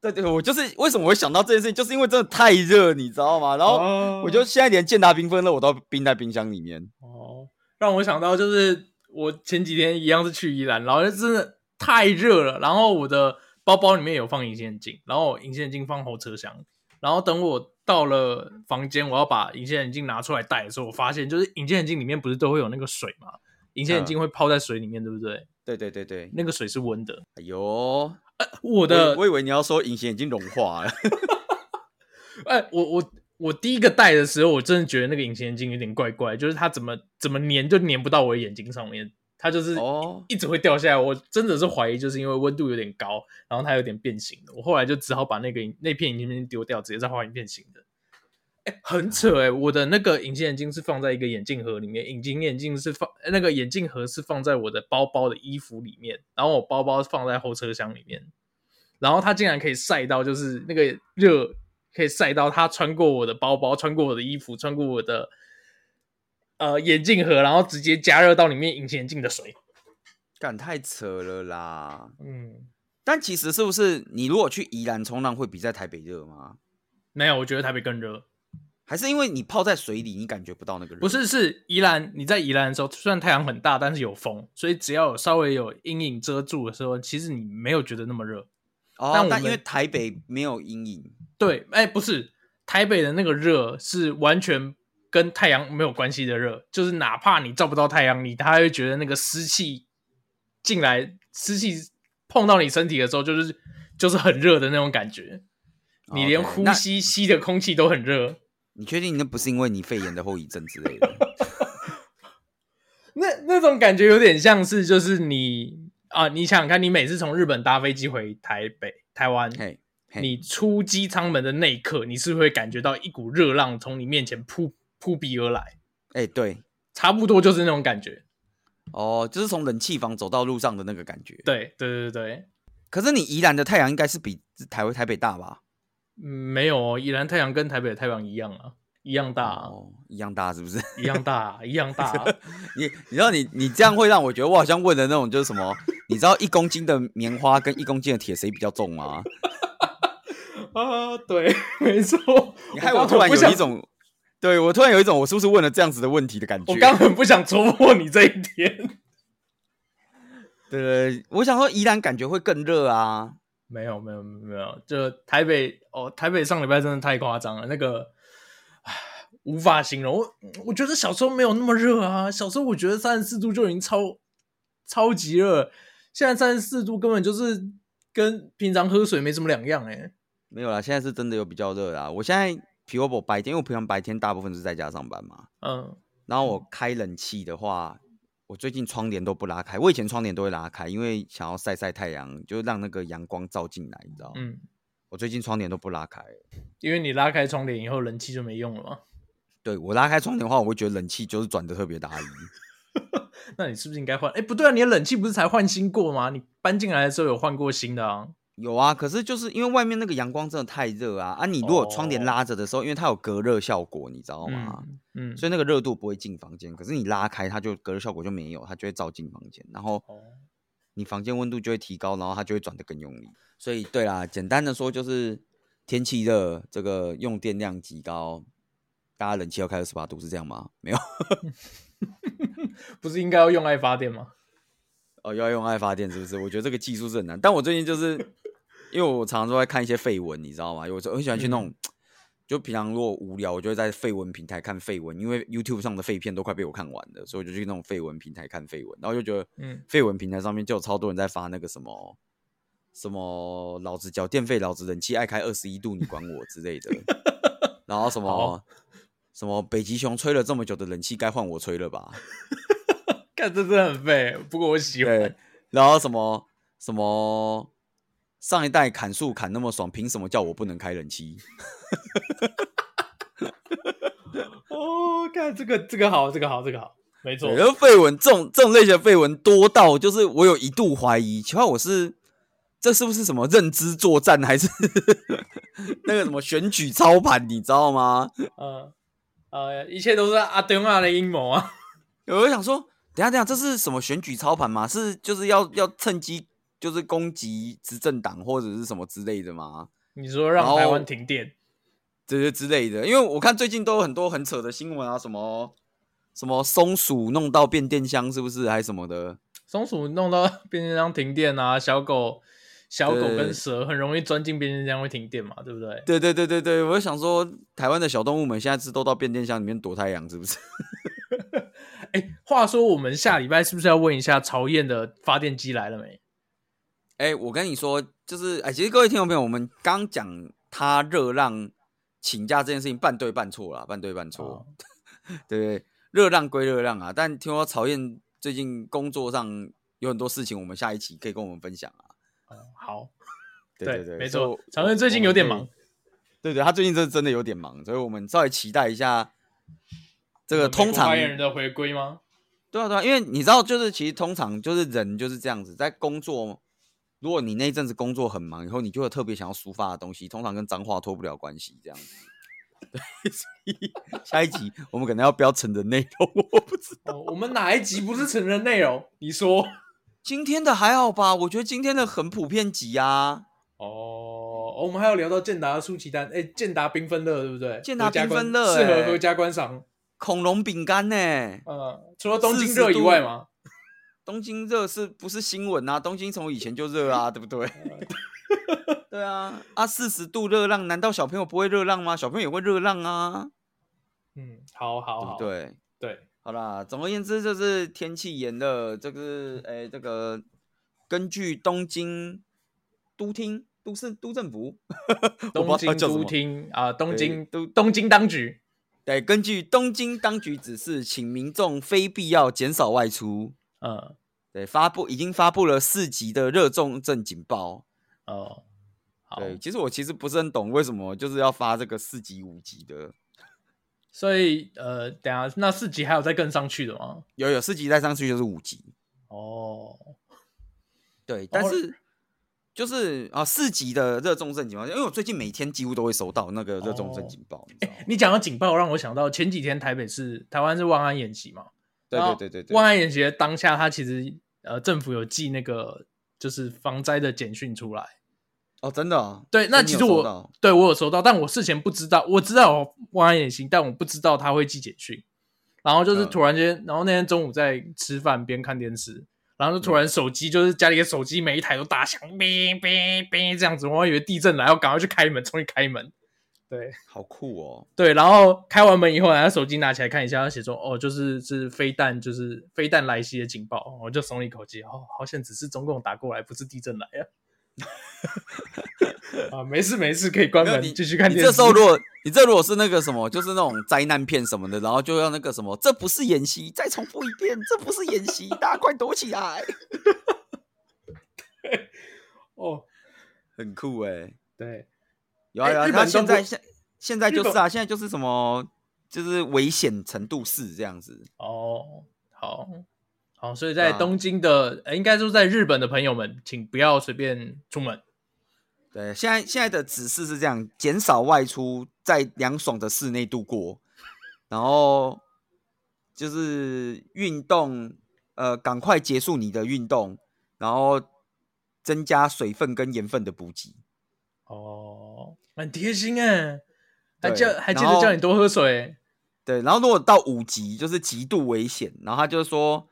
Speaker 2: 对对，我就是为什么我会想到这件事情，就是因为真的太热，你知道吗？然后
Speaker 1: 哦
Speaker 2: 我就现在连健达缤纷乐我都冰在冰箱里面。
Speaker 1: 哦，让我想到就是我前几天一样是去宜兰，然后就真的太热了，然后我的包包里面有放隐形眼镜，然后我隐形眼镜放后车厢，然后等我到了房间，我要把隐形眼镜拿出来戴的时候，我发现就是隐形眼镜里面不是都会有那个水嘛，隐
Speaker 2: 嗯
Speaker 1: 形眼镜会泡在水里面，对不对？
Speaker 2: 对对对对，
Speaker 1: 那个水是温的。
Speaker 2: 哎呦，
Speaker 1: 我
Speaker 2: 我
Speaker 1: 的
Speaker 2: 我以为你要说隐形眼镜融化了，
Speaker 1: 哎、我我我第一个戴的时候，我真的觉得那个隐形眼镜有点怪怪，就是它怎么怎么粘就粘不到我的眼睛上面，它就是
Speaker 2: 哦
Speaker 1: 一直会掉下来。我真的是怀疑，就是因为温度有点高，然后它有点变形了。我后来就只好把那个那片隐形眼镜丢掉，直接再换一片新的。哎、很扯哎、我的那个隐形眼镜是放在一个眼镜盒里面，隐形眼镜是放那个眼镜盒是放在我的包包的衣服里面，然后我包包是放在后车厢里面。然后它竟然可以晒到，就是那个热可以晒到它穿过我的包包，穿过我的衣服，穿过我的呃眼镜盒，然后直接加热到里面隐形眼镜的水。
Speaker 2: 干太扯了啦！
Speaker 1: 嗯，
Speaker 2: 但其实是不是你如果去宜兰冲浪会比在台北热吗？
Speaker 1: 没有，我觉得台北更热。
Speaker 2: 还是因为你泡在水里，你感觉不到那个热？
Speaker 1: 不是，是宜兰，你在宜兰的时候，虽然太阳很大，但是有风，所以只要有稍微有阴影遮住的时候，其实你没有觉得那么热。
Speaker 2: 哦，
Speaker 1: 但我
Speaker 2: 但
Speaker 1: 们
Speaker 2: 因为台北没有阴影，
Speaker 1: 对，哎，不是，台北的那个热是完全跟太阳没有关系的热，就是哪怕你照不到太阳，你他会觉得那个湿气进来，湿气碰到你身体的时候，就是就是很热的那种感觉，你连
Speaker 2: 哦 OK，
Speaker 1: 呼
Speaker 2: 那
Speaker 1: 吸吸的空气都很热。
Speaker 2: 你确定那不是因为你肺炎的后遗症之类 的？
Speaker 1: 那那种感觉有点像是，就是你啊，你想想看，你每次从日本搭飞机回台北、台湾，
Speaker 2: 嘿，嘿
Speaker 1: 你出机舱门的那一刻，你是会感觉到一股热浪从你面前扑扑鼻而来，
Speaker 2: 哎、对，
Speaker 1: 差不多就是那种感觉。
Speaker 2: 哦，就是从冷气房走到路上的那个感觉。
Speaker 1: 对对对对，
Speaker 2: 可是你宜兰的太阳应该是比台台北大吧？
Speaker 1: 嗯没有哦，宜兰太阳跟台北的太阳一样啊，一样大啊、
Speaker 2: 哦，一样大是不是？
Speaker 1: 一样大 啊、一样大啊、
Speaker 2: 你你知道你你这样会让我觉得我好像问的那种就是什么？你知道一公斤的棉花跟一公斤的铁谁比较重吗？
Speaker 1: 啊！对，没错。
Speaker 2: 你害
Speaker 1: 我
Speaker 2: 我
Speaker 1: 刚
Speaker 2: 突然
Speaker 1: 很不
Speaker 2: 有
Speaker 1: 想
Speaker 2: 一，种，对我突然有一种我是不是问了这样子的问题的感觉？
Speaker 1: 我刚很不想戳破你这一点。
Speaker 2: 对对对，我想说宜兰感觉会更热啊。
Speaker 1: 没有没有没有，就台北哦，台北上礼拜真的太夸张了，那个唉无法形容。我我觉得小时候没有那么热啊，小时候我觉得三十四度就已经超超级热，现在三十四度根本就是跟平常喝水没什么两样哎、
Speaker 2: 没有啦，现在是真的有比较热啦。我现在皮我白天，因为我平常白天大部分是在家上班嘛，
Speaker 1: 嗯，
Speaker 2: 然后我开冷气的话，我最近窗帘都不拉开。我以前窗帘都会拉开，因为想要晒晒太阳，就让那个阳光照进来，你知道吗？
Speaker 1: 嗯，
Speaker 2: 我最近窗帘都不拉开。
Speaker 1: 因为你拉开窗帘以后，冷气就没用了嘛。
Speaker 2: 对我拉开窗帘的话，我会觉得冷气就是转的特别大力。
Speaker 1: 欸那你是不是应该换？哎，不对啊，你的冷气不是才换新过吗？你搬进来的时候有换过新的啊？
Speaker 2: 有啊，可是就是因为外面那个阳光真的太热啊啊！你如果窗帘
Speaker 1: 哦
Speaker 2: 拉着的时候，因为它有隔热效果，你知道吗？
Speaker 1: 嗯，
Speaker 2: 啊所以那个热度不会进房间。可是你拉开，它就隔热效果就没有，它就会照进房间，然后
Speaker 1: 哦
Speaker 2: 你房间温度就会提高，然后它就会转得更用力。所以对啦，简单的说就是天气热，这个用电量极高，大家冷气要开二十八度是这样吗？没有
Speaker 1: 以不是应该要用爱发电吗？
Speaker 2: 哦，要用爱发电是不是？我觉得这个技术是很难。但我最近就是因为我常常都在看一些绯闻，你知道吗？有时候很喜欢去那
Speaker 1: 嗯
Speaker 2: 种。就平常如果无聊，我就会在绯闻平台看绯闻，因为 YouTube 上的废片都快被我看完了，所以我就去那种绯闻平台看绯闻，然后就觉得
Speaker 1: 嗯，
Speaker 2: 绯闻平台上面就有超多人在发那个什么什么老子缴电费，老子冷气爱开二十一度，你管我之类 的，然后什么
Speaker 1: 好
Speaker 2: 什么北极熊吹了这么久的冷气，该换我吹了吧？
Speaker 1: 看这真的很废，不过我喜
Speaker 2: 对
Speaker 1: 欢。，
Speaker 2: 然后什么什么上一代砍树砍那么爽，凭什么叫我不能开冷气？
Speaker 1: 哦，看这个这个好，这个好，这个好，没错
Speaker 2: 对，。然后绯闻这种这种类型的绯闻多到，就是我有一度怀疑，奇怪我是这是不是什么认知作战，还是 那个什么选举操盘，你知道吗？
Speaker 1: 嗯呃，一切都是阿东啊的阴谋啊。
Speaker 2: 我就想说，等一下等一下，这是什么选举操盘吗？是就是要要趁机就是攻击执政党或者是什么之类的吗？
Speaker 1: 你说让
Speaker 2: 然后
Speaker 1: 台湾停电，
Speaker 2: 这些之类的，因为我看最近都有很多很扯的新闻啊，什么什么松鼠弄到变电箱，是不是还什么的？
Speaker 1: 松鼠弄到 变电箱停电啊，小狗小狗
Speaker 2: 对
Speaker 1: 跟蛇很容易钻进变电箱会停电嘛，对不对？
Speaker 2: 对对对对对，我就想说，台湾的小动物们现在是都到变电箱里面躲太阳，是 不是？
Speaker 1: 哎，话说我们下礼拜是不是要问一下曹燕的发电机来了没？
Speaker 2: 哎，我跟你说，就是哎，其实各位听众朋友，我们刚讲他热浪请假这件事情半对半错啦，半对半错，
Speaker 1: 哦
Speaker 2: 对对？热浪归热浪啊，但听说曹燕最近工作上有很多事情，我们下一期可以跟我们分享啊。
Speaker 1: 哦好，
Speaker 2: 对对，
Speaker 1: 没
Speaker 2: 所以
Speaker 1: 错
Speaker 2: 我，
Speaker 1: 曹燕最近有点。
Speaker 2: 我们可以
Speaker 1: 忙，
Speaker 2: 对对，他最近真的真的有点忙，所以我们稍微期待一下这个通常
Speaker 1: 发言人的回归吗？
Speaker 2: 对啊对啊，因为你知道，就是其实通常就是人就是这样子，在工作，如果你那一阵子工作很忙，以后你就会特别想要抒发的东西，通常跟脏话脱不了关系，这样子。 对，所以下一集我们可能要标成人内容， 我不知道。
Speaker 1: 哦，我们哪一集不是成人内容？你说
Speaker 2: 今天的还好吧？我觉得今天的很普遍级啊。
Speaker 1: 哦，哦我们还有聊到健达的舒淇丹，哎，健达缤纷乐对不对？
Speaker 2: 健达
Speaker 1: 合家
Speaker 2: 缤
Speaker 1: 观
Speaker 2: 纷乐
Speaker 1: 适合
Speaker 2: 哎
Speaker 1: 合家观赏。
Speaker 2: 恐龙饼干呢、
Speaker 1: 呃，除了东京
Speaker 2: 40
Speaker 1: 热以
Speaker 2: 度
Speaker 1: 外嘛，
Speaker 2: 东京热是不是新闻啊？东京从以前就热 啊，对不对？ 对啊，啊，四十度热浪，难道小朋友不会热浪吗？小朋友也会热浪啊，
Speaker 1: 嗯，好好好，
Speaker 2: 对不对？
Speaker 1: 对，
Speaker 2: 好啦，总而言之，就是天气炎热，这个是诶、这个根据东京都厅、都市、都政府， 我不
Speaker 1: 东
Speaker 2: 知道
Speaker 1: 京
Speaker 2: 它叫什
Speaker 1: 都
Speaker 2: 么
Speaker 1: 厅啊、东
Speaker 2: 对
Speaker 1: 京
Speaker 2: 都
Speaker 1: 东京当局
Speaker 2: 对，根据东京当局指示，请民众非必要减少外出。
Speaker 1: 嗯
Speaker 2: 对，发布已经发布了四级的热重症警报。
Speaker 1: 哦，好，
Speaker 2: 对，其实我其实不是很懂为什么就是要发这个四级、五级的。
Speaker 1: 所以呃，等一下那四级还有再更上去的吗？
Speaker 2: 有有四级再上去就是五级，
Speaker 1: 哦，
Speaker 2: 对，但
Speaker 1: 哦
Speaker 2: 是就是啊四级的热重症警报，因为我最近每天几乎都会收到那个热重症
Speaker 1: 哦
Speaker 2: 警报，你知道吗？
Speaker 1: 你讲到警报，让我想到前几天台北市台湾是万安演习嘛，
Speaker 2: 对
Speaker 1: 然后
Speaker 2: 对对对
Speaker 1: 万
Speaker 2: 对，
Speaker 1: 安演习的当下，它其实呃政府有寄那个就是防灾的简讯出来。
Speaker 2: 哦，真的哦，
Speaker 1: 对，那
Speaker 2: 所以你
Speaker 1: 其
Speaker 2: 有
Speaker 1: 实
Speaker 2: 收
Speaker 1: 我
Speaker 2: 到
Speaker 1: 对我有收到，但我事前不知道，我知道有万安演习，但我不知道他会寄简讯。然后就是
Speaker 2: 嗯
Speaker 1: 突然间，然后那天中午在吃饭边看电视，然后就突
Speaker 2: 嗯
Speaker 1: 然手机、就是家里的手机每一台都打响，哔哔哔这样子，我还以为地震来，要赶快去开门，冲去开门。对
Speaker 2: 好酷哦，
Speaker 1: 对，然后开完门以后，然后手机拿起来看一下，他写说哦，就是是飞弹，就是飞弹来袭的警报，我就松了一口气，哦，好险，只是中共打过来，不是地震来 啊。啊，没事没事，可以关
Speaker 2: 没有
Speaker 1: 门
Speaker 2: 你
Speaker 1: 继续 看
Speaker 2: 你
Speaker 1: 电视。
Speaker 2: 这时候如果你这如果是那个什么，就是那种灾难片什么的，然后就要那个什么，这不是演习，再重复一遍，这不是演习，大家快躲起来，
Speaker 1: 哦，
Speaker 2: 很酷哎、
Speaker 1: 对，
Speaker 2: 有啊
Speaker 1: 哎
Speaker 2: 有啊，
Speaker 1: 日
Speaker 2: 他
Speaker 1: 本
Speaker 2: 现
Speaker 1: 都
Speaker 2: 在
Speaker 1: 不
Speaker 2: 现现在
Speaker 1: 日
Speaker 2: 就是
Speaker 1: 本
Speaker 2: 啊，现在就是什么，就是危险程度四这样子。
Speaker 1: 哦，好好，所以
Speaker 2: 对
Speaker 1: 在
Speaker 2: 啊
Speaker 1: 哎东京的，呃应该说在日本的朋友们，请不要随便出门。
Speaker 2: 对，现在现在的指示是这样：减少外出，在凉爽的室内度过，然后就是运动，呃，赶快结束你的运动，然后增加水分跟盐分的补给。
Speaker 1: 哦，蛮贴心哎，还叫
Speaker 2: 对
Speaker 1: 还记
Speaker 2: 然
Speaker 1: 得
Speaker 2: 后
Speaker 1: 叫你多喝水。
Speaker 2: 对，然后如果到五级就是极度危险，然后他就说，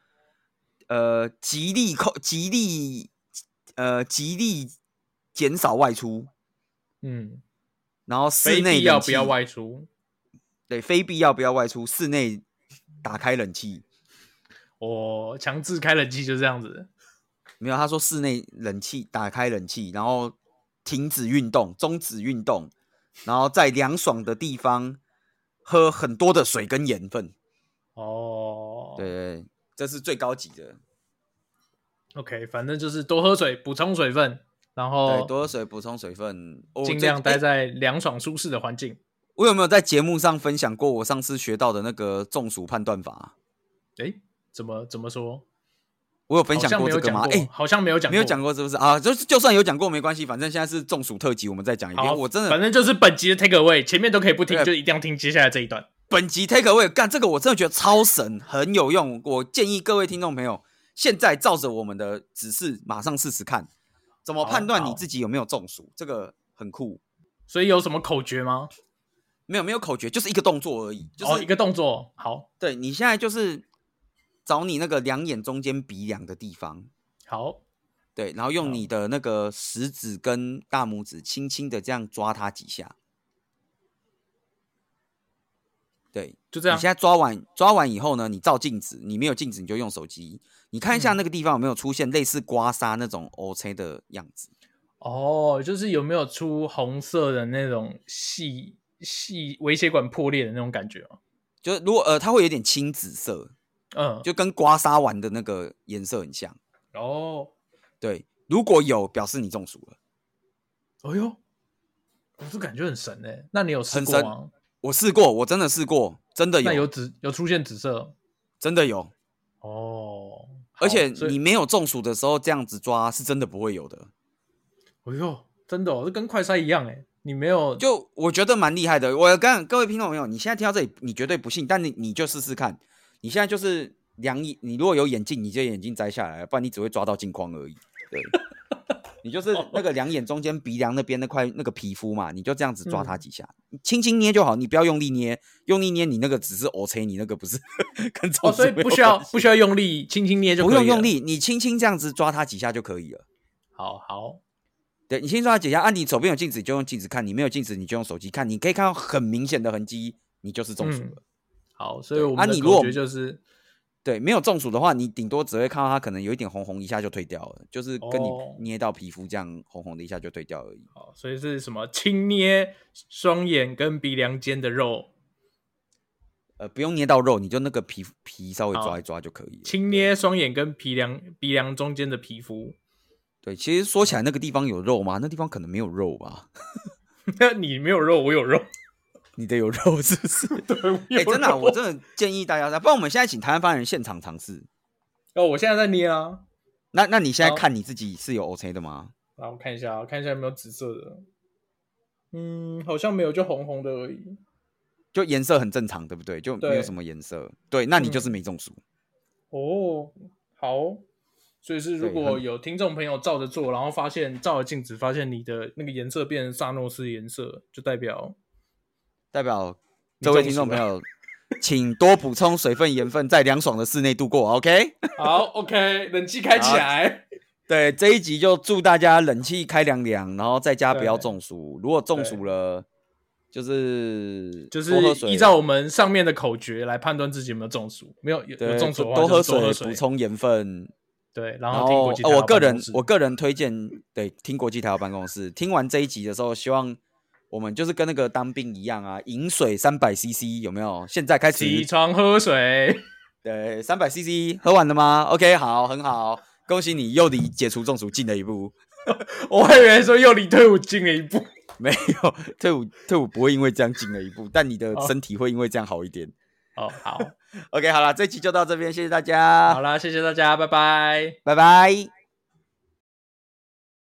Speaker 2: 呃，极力控，极力，呃，极力减少外出，
Speaker 1: 嗯，
Speaker 2: 然后室
Speaker 1: 非
Speaker 2: 内
Speaker 1: 必要
Speaker 2: 冷
Speaker 1: 不要
Speaker 2: 气
Speaker 1: 外出。
Speaker 2: 对，非必要不要外出，室内打开冷气。
Speaker 1: 我强制开冷气就这样子。
Speaker 2: 没有，他说室内冷气打开冷气，然后停止运动，终止运动，然后在凉爽的地方喝很多的水跟盐分。
Speaker 1: 哦，
Speaker 2: 对对，对这是最高级的。
Speaker 1: ，OK，反正就是多喝水，补充水分，然
Speaker 2: 对，
Speaker 1: 后
Speaker 2: 多喝水，补充水分。哦
Speaker 1: 哦尽
Speaker 2: 这
Speaker 1: 量待
Speaker 2: 诶
Speaker 1: 在凉爽舒适的环境。
Speaker 2: 我有没有在节目上分享过我上次学到的那个中暑判断法？啊
Speaker 1: 诶，怎么怎么说？
Speaker 2: 我有分
Speaker 1: 好
Speaker 2: 享
Speaker 1: 像
Speaker 2: 过
Speaker 1: 没
Speaker 2: 这
Speaker 1: 有
Speaker 2: 个
Speaker 1: 讲
Speaker 2: 吗？
Speaker 1: 过，
Speaker 2: 哎、
Speaker 1: 好像没有讲，
Speaker 2: 没有讲。过是不是啊？就是就算有讲过没关系，反正现在是中暑特辑，我们再讲一遍。
Speaker 1: 好，
Speaker 2: 哎我真的
Speaker 1: 反正就是本集的 take away，前面都可以不听，
Speaker 2: 对
Speaker 1: 就一定要听接下来这一段。
Speaker 2: 本集 take away 干这个，我真的觉得超神，很有用。我建议各位听众朋友，现在照着我们的指示，马上试试看，怎么
Speaker 1: 好
Speaker 2: 判断
Speaker 1: 好
Speaker 2: 你自己有没有中暑？这个很酷。
Speaker 1: 所以有什么口诀吗？
Speaker 2: 没有没有口诀，就是一个动作而已，就是、
Speaker 1: 哦，一个动作。好，
Speaker 2: 对你现在就是找你那个两眼中间鼻梁的地方，
Speaker 1: 好，
Speaker 2: 对，然后
Speaker 1: 好
Speaker 2: 用你的那个食指跟大拇指轻轻的这样抓它几下，对，
Speaker 1: 就这样
Speaker 2: 你现。在抓完抓完以后呢，你照镜子，你没有镜子你就用手机，你看一下
Speaker 1: 嗯
Speaker 2: 那个地方有没有出现类似刮痧那种 O C 的样子。
Speaker 1: 哦，就是有没有出红色的那种细细微血管破裂的那种感觉吗？
Speaker 2: 就是如果呃，它会有点青紫色，
Speaker 1: 嗯，
Speaker 2: 就跟刮痧完的那个颜色很像。
Speaker 1: 哦，
Speaker 2: 对，如果有，表示你中暑了。
Speaker 1: 哎呦，我就感觉很神哎、那你有试
Speaker 2: 很
Speaker 1: 过
Speaker 2: 神哎
Speaker 1: 吗？
Speaker 2: 我试过，我真的试过，真的
Speaker 1: 那
Speaker 2: 有，
Speaker 1: 有紫有出现紫色
Speaker 2: 真的有。
Speaker 1: 哦，好
Speaker 2: 而且
Speaker 1: 所以
Speaker 2: 你没有中暑的时候，这样子抓是真的不会有的。
Speaker 1: 哎呦，真的、哦，这跟快筛一样哎、你没有
Speaker 2: 就我觉得蛮厉害的。我跟各位听众朋友，你现在听到这里，你绝对不信，但你你就试试看。你现在就是量眼，你如果有眼镜，你就眼镜摘下来，不然你只会抓到镜框而已。 对，你就是那个两眼中间鼻梁那边那块那个皮肤嘛，你就这样子抓它几下，
Speaker 1: 哦
Speaker 2: 轻轻捏就好，你不要用力捏，用力捏你那个只是 O C，你那个不是跟中
Speaker 1: 哦，所以
Speaker 2: 暑没有
Speaker 1: 不需要
Speaker 2: 关系
Speaker 1: 不需要用力，轻轻捏就可以
Speaker 2: 不用用
Speaker 1: 了。
Speaker 2: 力，你轻轻这样子抓它几下就可以了。
Speaker 1: 好好
Speaker 2: 对你先说它解下，啊，你手边有镜子你就用镜子看，你没有镜子你就用手机看，你可以看到很明显的痕迹，你就是中暑了。
Speaker 1: 嗯好，所以
Speaker 2: 对
Speaker 1: 我
Speaker 2: 啊
Speaker 1: 们的
Speaker 2: 你如果
Speaker 1: 口诀就是、
Speaker 2: 对，没有中暑的话，你顶多只会看到它可能有一点红红，一下就退掉了，就是跟你
Speaker 1: 哦
Speaker 2: 捏到皮肤这样红红的，一下就退掉而已。
Speaker 1: 好，所以是什么？轻捏双眼跟鼻梁间的肉，
Speaker 2: 呃，不用捏到肉，你就那个皮皮稍微
Speaker 1: 好
Speaker 2: 抓一抓就可以了。
Speaker 1: 轻捏双眼跟鼻梁鼻梁中间的皮肤。
Speaker 2: 对，其实说起来那个地方有肉吗？那地方可能没有肉吧？
Speaker 1: 你没有肉，我有肉。
Speaker 2: 你的有肉是不是？
Speaker 1: 对，我
Speaker 2: 哎、
Speaker 1: 有
Speaker 2: 真的啊、
Speaker 1: 肉
Speaker 2: 我真的建议大家，不然我们现在请台湾发言人现场尝试。
Speaker 1: 哦，我现在在捏啊。
Speaker 2: 那那你现在
Speaker 1: 好
Speaker 2: 看你自己是有 OK 的吗？
Speaker 1: 然后我看一下，看一下有没有紫色的。嗯，好像没有，就红红的而已。
Speaker 2: 就颜色很正常，对不对？就没有
Speaker 1: 对
Speaker 2: 什么颜色，对，那你就是
Speaker 1: 嗯
Speaker 2: 没中暑。
Speaker 1: 哦，好。所以是如
Speaker 2: 对
Speaker 1: 果
Speaker 2: 很
Speaker 1: 有听众朋友照着做，然后发现照着镜子，发现你的那个颜色变成萨诺斯颜色，就代 表
Speaker 2: 代表
Speaker 1: 你
Speaker 2: 这
Speaker 1: 中
Speaker 2: 位听
Speaker 1: 暑
Speaker 2: 众朋
Speaker 1: 了
Speaker 2: 友，请多补充水分、盐分，在凉爽的室内度过。OK，
Speaker 1: 好 OK，冷气开起
Speaker 2: 好
Speaker 1: 来。
Speaker 2: 对这一集就祝大家冷气开凉凉，然后在家不要
Speaker 1: 对
Speaker 2: 中暑。如果中暑
Speaker 1: 对
Speaker 2: 了，就是
Speaker 1: 就是
Speaker 2: 多喝水，
Speaker 1: 依照我们上面的口诀来判断自己有没有中暑，没有有有
Speaker 2: 对
Speaker 1: 中暑的话
Speaker 2: 多喝
Speaker 1: 就是多喝水
Speaker 2: 补充盐分。
Speaker 1: 对，然
Speaker 2: 然
Speaker 1: 后听
Speaker 2: 后
Speaker 1: 国际，台
Speaker 2: 呃，我
Speaker 1: 好
Speaker 2: 个
Speaker 1: 办公
Speaker 2: 人
Speaker 1: 室
Speaker 2: 我个人推荐，对，听国际台湾办公室。听完这一集的时候，希望我们就是跟那个当兵一样啊，饮水三百 CC 有没有？现在开始
Speaker 1: 起床喝水。
Speaker 2: 对，三百 CC 喝完了吗？OK，好，很好，恭喜你又离解除中暑近了一步。
Speaker 1: 我还以为说又离退伍近了一步。
Speaker 2: 没有退伍，退伍不会因为这样近了一步，但你的
Speaker 1: 好
Speaker 2: 身体会因为这样好一点。
Speaker 1: 哦，好，
Speaker 2: OK，好了，这期就到这边，谢谢大家，
Speaker 1: 好啦，谢谢大家，拜拜。
Speaker 2: 拜拜。